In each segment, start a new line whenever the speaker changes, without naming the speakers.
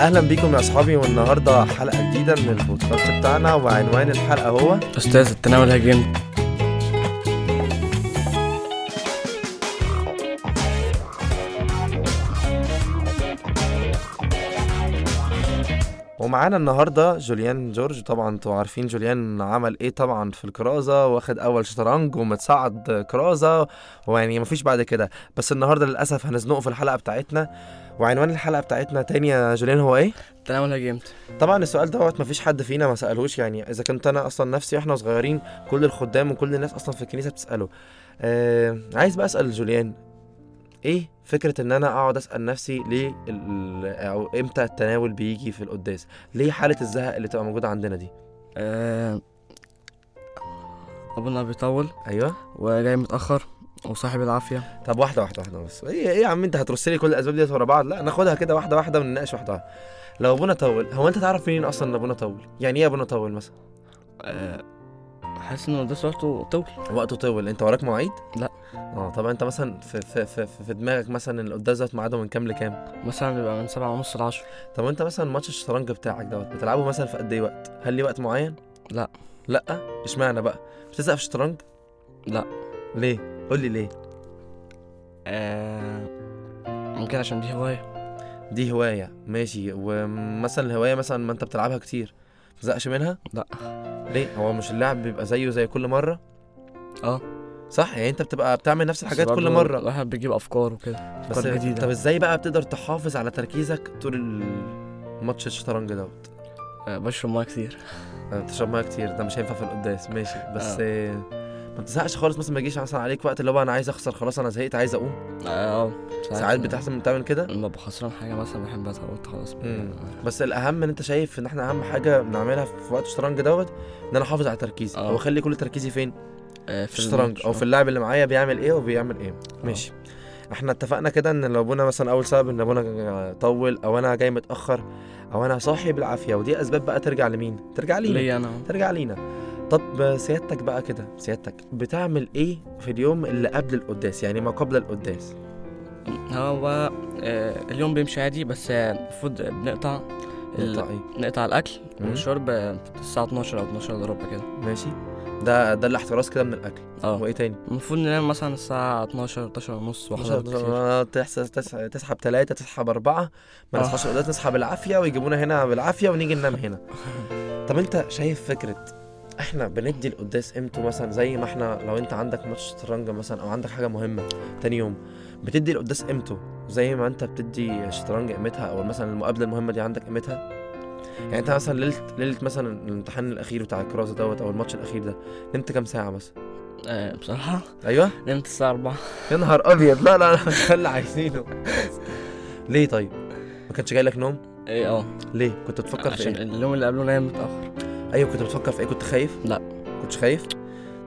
اهلا بيكم يا اصحابي والنهارده حلقه جديده من البودكاست بتاعنا وعنوان الحلقه هو
استاذ التناول هاجم
ومعانا النهارده جوليان جورج طبعا انتوا عارفين جوليان عمل ايه طبعا في الكرازه واخد اول شطرنج ومتصعد كرازه ويعني مفيش بعد كده بس النهارده للاسف هنزنقه في الحلقه بتاعتنا وعنوان الحلقه بتاعتنا تاني يا جوليان هو ايه؟
التناول هاجمت
طبعا السؤال دوت مفيش حد فينا ما سالهوش يعني اذا كنت انا اصلا نفسي احنا صغيرين كل الخدام وكل الناس اصلا في الكنيسه بتساله آه عايز بقى اسال جوليان ايه فكره ان انا اقعد اسال نفسي ليه ال- او امتى التناول بيجي في القداس ليه حاله الزهق اللي تبقى موجوده عندنا دي
آه، ابونا بيطول
ايوه
وجاي متاخر وصاحب العافيه
طب واحده واحده واحده بس ايه ايه يا عم انت هترص لي كل الاسباب ديت ورا بعض لا ناخدها كده واحده واحده ونناقش واحده لو ابونا طول هو انت تعرف منين اصلا ان ابونا طول يعني ايه ابونا طول مثلا
آه، حاسس ان ده وقته طول
وقته طول انت وراك مواعيد
لا.
اه طب انت مثلا في في في, في, في دماغك مثلا القداس دوت ميعاده من كام لكام
مثلا بيبقى من سبعة ونص لعشرة
طب انت مثلا ماتش الشطرنج بتاعك دوت بتلعبه مثلا في قد ايه وقت هل ليه وقت معين
لا.
لا اشمعنى بقى بتزهق في الشطرنج
لا.
ليه قول لي ليه
آه، ممكن عشان دي هوايه
دي هوايه ماشي ومثلا الهوايه مثلا ما انت بتلعبها كتير متزهقش منها
لا.
ليه هو مش اللعب بيبقى زيه زي كل مره
اه
صح يعني انت بتبقى بتعمل نفس
بس
الحاجات
برضه
كل مره
الواحد بيجيب افكار وكده
بس
أفكار جديدة.
طب ازاي بقى بتقدر تحافظ على تركيزك طول ال- ماتش الشطرنج دوت
آه، بشرب ميه كتير
أه، بتشرب ميه كتير ده مش هينفع في القداس ماشي بس
آه.
آه. ما بتزهقش خالص مثلا ما يجيش مثلا عليك وقت اللي هو انا عايز اخسر خلاص انا زهقت عايز اقوم
اه آه،
ساعات بتحسن من تعمل كده
لما ببقى خسران حاجه مثلا بحب اتعود خلاص
مم. بس الاهم ان انت شايف ان احنا اهم حاجه بنعملها في وقت الشطرنج دوت ان انا احافظ على تركيزي
آه.
او اخلي كل تركيزي فين
آه،
في الشطرنج او في اللاعب اللي معايا بيعمل ايه وبيعمل ايه ماشي احنا اتفقنا كده ان لو ابونا مثلا اول سبب ان ابونا طول او انا جاي متاخر او انا صاحي بالعافيه ودي اسباب بقى ترجع لمين ترجع لينا
ليه انا
ترجع لينا طب سيادتك بقى كده سيادتك بتعمل ايه في اليوم اللي قبل القداس يعني ما قبل القداس
هو آه، اليوم بيمشي عادي بس آه، المفروض بنقطع ال-
نقطع ايه
نقطع الاكل
مم.
والشرب آه، الساعه 12 او 12 الا ربع كده
ماشي ده ده الاحتراس كده من الاكل
اه
وايه تاني
المفروض ننام مثلا الساعه 12 12 ونص واحده بالكتير.
آه، تحس- تس- تسحب ثلاثة تسحب أربعة ما
آه.
نصحاش القداس نصحى بالعافية ويجيبونا هنا بالعافية ونيجي ننام هنا طب أنت شايف فكرة احنا بندي القداس قيمته مثلا زي ما احنا لو انت عندك ماتش شطرنج مثلا او عندك حاجه مهمه تاني يوم بتدي القداس قيمته زي ما انت بتدي الشطرنج قيمتها او مثلا المقابله المهمه دي عندك قيمتها يعني انت مثلا ليله ليله مثلا الامتحان الاخير بتاع الكراسه دوت او الماتش الاخير ده نمت كام ساعه مثلا
آه، بصراحه
ايوه
نمت الساعه 4
يا نهار ابيض لا لا لا ده اللي عايزينه ليه طيب؟ ما كانش جاي لك نوم؟
ايه اه
ليه؟ كنت بتفكر في
عشان
ايه؟
اليوم اللي قبله نايم متاخر
ايوه كنت بتفكر في ايه؟ كنت خايف؟
لا.
كنتش خايف؟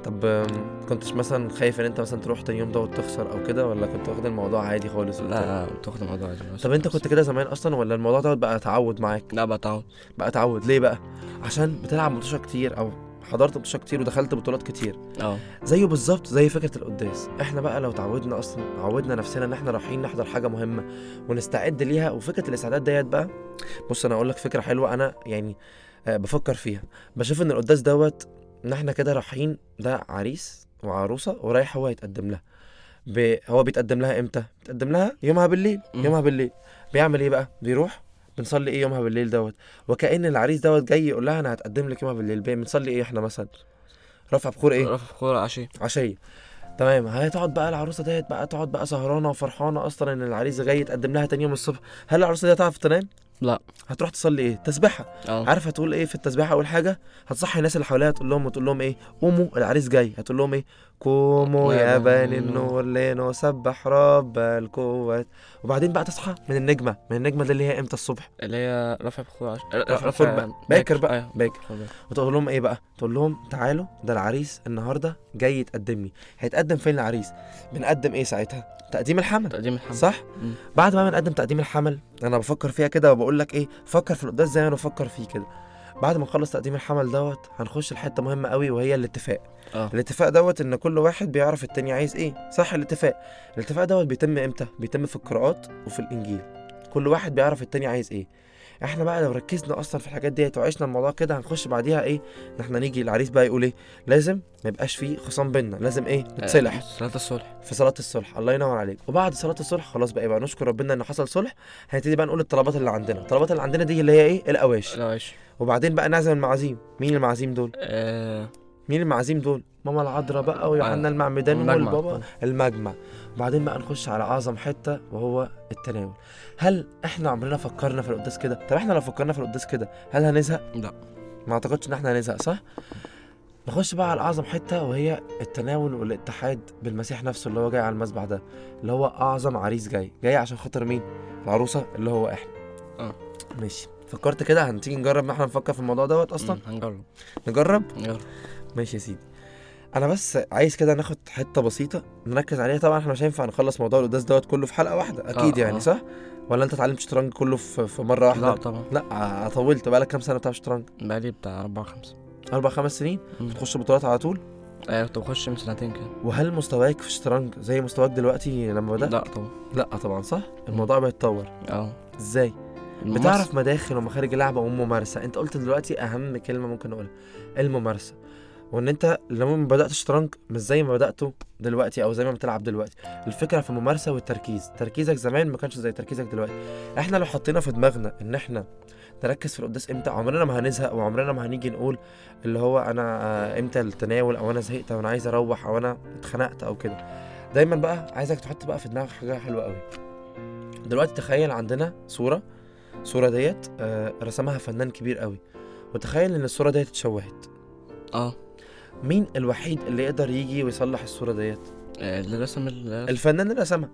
طب آم، كنتش مثلا خايف ان انت مثلا تروح تاني يوم ده وتخسر او كده ولا كنت واخد الموضوع عادي خالص؟ وبتاع؟
لا بتاخد الموضوع عادي
طب انت كنت كده زمان اصلا ولا الموضوع دوت بقى تعود معاك؟
لا بتعود
بقى تعود ليه بقى؟ عشان بتلعب ماتشات كتير او حضرت ماتشات كتير ودخلت بطولات كتير
اه
زيه بالظبط زي فكره القداس احنا بقى لو تعودنا اصلا عودنا نفسنا ان احنا رايحين نحضر حاجه مهمه ونستعد ليها وفكره الاستعداد ديت بقى بص انا اقول لك فكره حلوه انا يعني آه، بفكر فيها بشوف ان القداس دوت ان احنا كده رايحين ده عريس وعروسه ورايح هو يتقدم لها ب... هو بيتقدم لها امتى بيتقدم لها يومها بالليل
مم.
يومها بالليل بيعمل ايه بقى بيروح بنصلي ايه يومها بالليل دوت وكأن العريس دوت جاي يقول لها انا هتقدم لك يومها بالليل بنصلي ايه احنا مثلا رفع بخور ايه
رفع كوره عشيه
عشيه تمام هي تقعد بقى العروسه ديت بقى تقعد بقى سهرانه وفرحانه اصلا ان العريس جاي يتقدم لها تاني يوم الصبح هل العروسه دي هتعرف تنام
لا.
هتروح تصلي ايه تسبحه
اه
عارفه تقول ايه في التسبيحه اول حاجه هتصحي الناس اللي حواليها تقول لهم وتقول لهم ايه قوموا العريس جاي هتقول لهم ايه قوموا يا
يا
بني
بني
النور لنسبح رب القوة وبعدين بقى تصحى من النجمه من النجمه دي اللي هي امتى الصبح
اللي هي رفع بخور عشيه
رفع بخور بقى. باكر بقى.
أيوة.
باكر.
بخور باكر.
وتقول لهم ايه بقى تقول لهم تعالوا ده العريس النهارده جاي يتقدم لي هيتقدم فين العريس بنقدم ايه ساعتها تقديم الحمل
تقديم الحمد
صح
مم.
بعد ما بنقدم تقديم الحمل انا بفكر فيها كده وبقول لك ايه فكر في القداس زي ما انا بفكر فيه كده بعد ما نخلص تقديم الحمل دوت هنخش لحته مهمه قوي وهي الاتفاق
اه
الاتفاق دوت ان كل واحد بيعرف التاني عايز ايه صح الاتفاق الاتفاق دوت بيتم امتى بيتم في القراءات وفي الانجيل كل واحد بيعرف التاني عايز ايه احنا بقى لو ركزنا اصلا في الحاجات ديت وعشنا الموضوع كده هنخش بعديها ايه ان احنا نيجي العريس بقى يقول ايه لازم ما يبقاش فيه خصام بينا لازم ايه نتصلح
آه، صلاة الصلح
في صلاه الصلح الله ينور عليك وبعد صلاه الصلح خلاص بقى يبقى نشكر ربنا ان حصل صلح هنبتدي بقى نقول الطلبات اللي عندنا الطلبات اللي عندنا دي اللي هي ايه القواش
لا ماشي
وبعدين بقى نعزم المعازيم مين المعازيم دول
آه،
مين المعازيم دول ماما العذراء بقى ويوحنا المعمدان
المجمع.
والبابا المجمع وبعدين بقى نخش على اعظم حته وهو التناول هل احنا عمرنا فكرنا في القداس كده طب احنا لو فكرنا في القداس كده هل هنزهق
لا.
ما اعتقدش ان احنا هنزهق صح نخش بقى على اعظم حته وهي التناول والاتحاد بالمسيح نفسه اللي هو جاي على المسبح ده اللي هو اعظم عريس جاي جاي عشان خاطر مين العروسه اللي هو احنا
آه.
ماشي فكرت كده هنتيجي نجرب ان احنا نفكر في الموضوع دوت اصلا
مم، هنجرب
نجرب
نجرب
ماشي يا سيدي انا بس عايز كده ناخد حته بسيطه نركز عليها طبعا احنا مش هينفع نخلص موضوع القداس دوت كله في حلقه واحده اكيد
آه،
يعني
آه.
صح ولا انت اتعلمت شطرنج كله في في مره واحده
لا طبعا
لا طولت بقالك كام سنه بتلعب شطرنج
بقالي بتاع أربعة خمسة
اربع خمس سنين
مم.
بتخش بطولات على طول
آه، كنت بخش من سنتين كده
وهل مستواك في الشطرنج زي مستواك دلوقتي لما بدات
لا طبعا
لا طبعا صح الموضوع بيتطور
اه
ازاي
الممارسة-
بتعرف مداخل ومخارج اللعبه والممارسه انت قلت دلوقتي اهم كلمه ممكن اقولها الممارسه وان انت لما بدات شطرنج مش زي ما بداته دلوقتي او زي ما بتلعب دلوقتي الفكره في الممارسه والتركيز تركيزك زمان ما كانش زي تركيزك دلوقتي احنا لو حطينا في دماغنا ان احنا نركز في القداس امتى عمرنا ما هنزهق وعمرنا ما هنيجي نقول اللي هو انا آه، امتى التناول او انا زهقت او انا عايز اروح او انا اتخنقت او كده دايما بقى عايزك تحط بقى في دماغك حاجه حلوه قوي دلوقتي تخيل عندنا صوره الصوره ديت آه، رسمها فنان كبير قوي وتخيل ان الصوره ديت اتشوهت
اه
مين الوحيد اللي يقدر يجي ويصلح الصوره ديت
آه، اللي رسم ال
الفنان اللي رسمها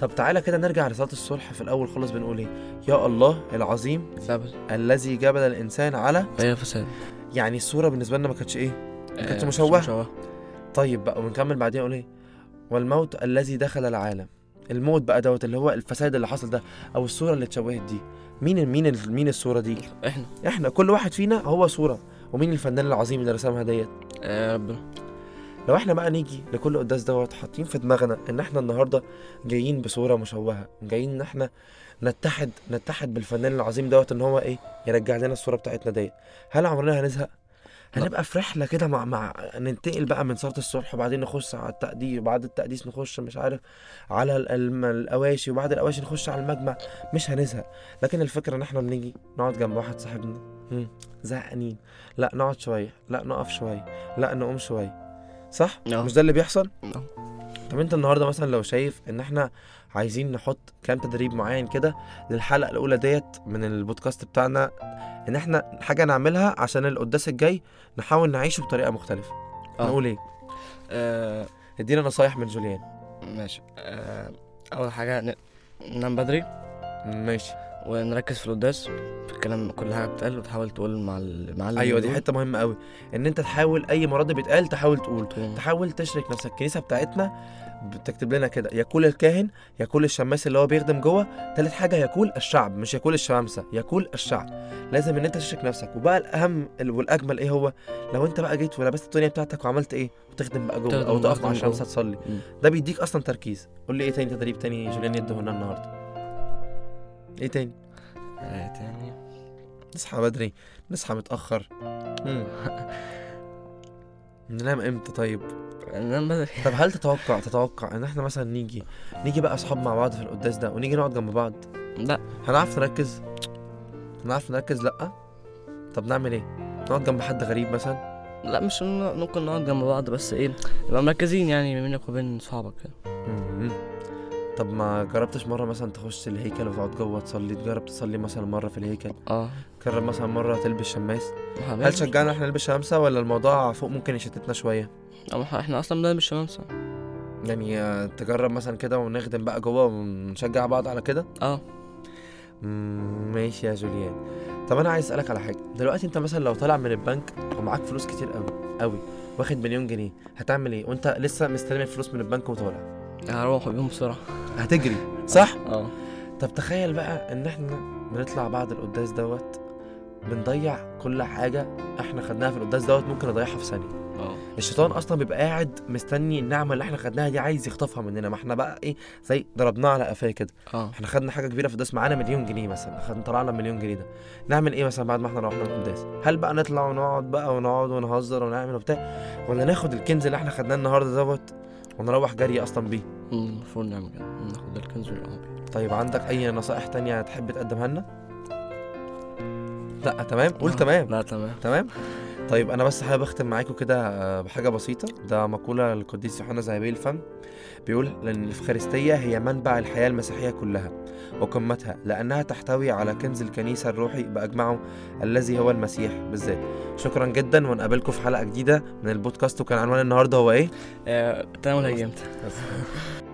طب تعالى كده نرجع لصلاه الصلح في الاول خالص بنقول ايه يا الله العظيم
الثبت
الذي جبل الانسان على
غير فساد
يعني الصوره بالنسبه لنا ما كانتش ايه
آه،
كانتش مشوهة.
مشوهة
طيب بقى ونكمل بعدين نقول ايه والموت الذي دخل العالم الموت بقى دوت اللي هو الفساد اللي حصل ده او الصوره اللي اتشوهت دي مين مين مين الصوره دي
احنا
احنا كل واحد فينا هو صوره ومين الفنان العظيم اللي رسمها ديت
آه، ربنا
لو احنا بقى نيجي لكل قداس دوت حاطين في دماغنا ان احنا النهارده جايين بصوره مشوهه جايين ان احنا نتحد نتحد بالفنان العظيم دوت ان هو ايه يرجع لنا الصوره بتاعتنا ديت هل عمرنا هنزهق
لا.
هنبقى في رحله كده مع مع ننتقل بقى من صلاه الصبح وبعدين نخش على التقديس وبعد التقديس نخش مش عارف على ال- الم- القواشي وبعد القواشي نخش على المجمع مش هنزهق لكن الفكره ان احنا بنيجي نقعد جنب واحد صاحبنا مم، زهقانين لا نقعد شويه لا نقف شويه لا نقوم شويه صح
آه.
مش ده اللي بيحصل
آه.
طب انت النهارده مثلا لو شايف ان احنا عايزين نحط كام تدريب معين كده للحلقه الاولى ديت من البودكاست بتاعنا ان احنا حاجه نعملها عشان القداس الجاي نحاول نعيشه بطريقه مختلفه
آه.
نقول ايه
آه،
ادينا نصايح من جوليان
ماشي آه، اول حاجة ن- ننام بدري
ماشي
ونركز في القداس في الكلام كل حاجه بتتقال وتحاول تقول مع المعلم
ايوه دي حته مهمه قوي ان انت تحاول اي مراد بيتقال تحاول تقول
حته
تحاول تشرك نفسك الكنيسه بتاعتنا بتكتب لنا كده يقول الكاهن يقول الشماس اللي هو بيخدم جوه تالت حاجه يقول الشعب مش يقول الشمامسه يقول الشعب لازم ان انت تشرك نفسك وبقى الاهم ال- والاجمل ايه هو لو انت بقى جيت ولبست الدنيا بتاعتك وعملت ايه وتخدم بقى جوه
تخدم
او تقف
وتخدم
مع
جوه.
الشمس تصلي
مم.
ده بيديك اصلا تركيز قول لي ايه تاني تدريب تاني جوليان يده هنا النهارده ايه تاني
تاني
نصحى بدري نصحى متاخر مم. ننام امتى طيب
ننام بدري
طب هل تتوقع تتوقع ان احنا مثلا نيجي نيجي بقى اصحاب مع بعض في القداس ده ونيجي نقعد جنب بعض
لا
هنعرف نركز هنعرف نركز لا طب نعمل ايه نقعد جنب حد غريب مثلا
لا مش ن- ممكن نقعد جنب بعض بس ايه نبقى مركزين يعني بينك وبين صحابك كده
مم. طب ما جربتش مره مثلا تخش الهيكل وتقعد جوه تصلي تجرب تصلي مثلا مره في الهيكل
اه
جرب مثلا مره تلبس شماس
محمد.
آه. هل شجعنا احنا نلبس شمامسه ولا الموضوع فوق ممكن يشتتنا شويه
إيه؟ أو إح- احنا اصلا بنلعب الشمامسه
يعني آه، تجرب مثلا كده ونخدم بقى جوه ونشجع بعض على كده
اه
مم، ماشي يا جوليان طب انا عايز اسالك على حاجه دلوقتي انت مثلا لو طالع من البنك ومعاك فلوس كتير قوي قوي واخد مليون جنيه هتعمل ايه وانت لسه مستلم الفلوس من البنك وطالع
هروح بيهم بسرعه
هتجري صح
اه
طب تخيل بقى ان احنا بنطلع بعد القداس دوت بنضيع كل حاجه احنا خدناها في القداس دوت ممكن نضيعها في ثانيه
اه
الشيطان اصلا بيبقى قاعد مستني النعمه اللي احنا خدناها دي عايز يخطفها مننا ما احنا بقى ايه زي ضربناه على قفاه كده
اه
احنا خدنا حاجه كبيره في القداس معانا مليون جنيه مثلا خدنا طلعنا مليون جنيه ده نعمل ايه مثلا بعد ما احنا روحنا من القداس هل بقى نطلع ونقعد بقى ونقعد ونهزر ونعمل وبتاع ولا ناخد الكنز اللي احنا خدناه النهارده دوت ونروح جري اصلا بيه
المفروض نعمل كده ناخد الكنز والأمر
طيب عندك اي نصائح تانية تحب تقدمها لنا لا تمام قول
آه،
تمام
لا تمام
تمام طيب انا بس حابب اختم معاكم كده آه، بحاجه بسيطه ده مقوله للقديس يوحنا ذهبي الفم بيقول لان الافخارستيه هي منبع الحياه المسيحيه كلها وقمتها لانها تحتوي على كنز الكنيسه الروحي باجمعه الذي هو المسيح بالذات شكرا جدا ونقابلكم إيه؟ في حلقه جديده من البودكاست وكان عنوان النهارده هو ايه
آه، تناول هيمتى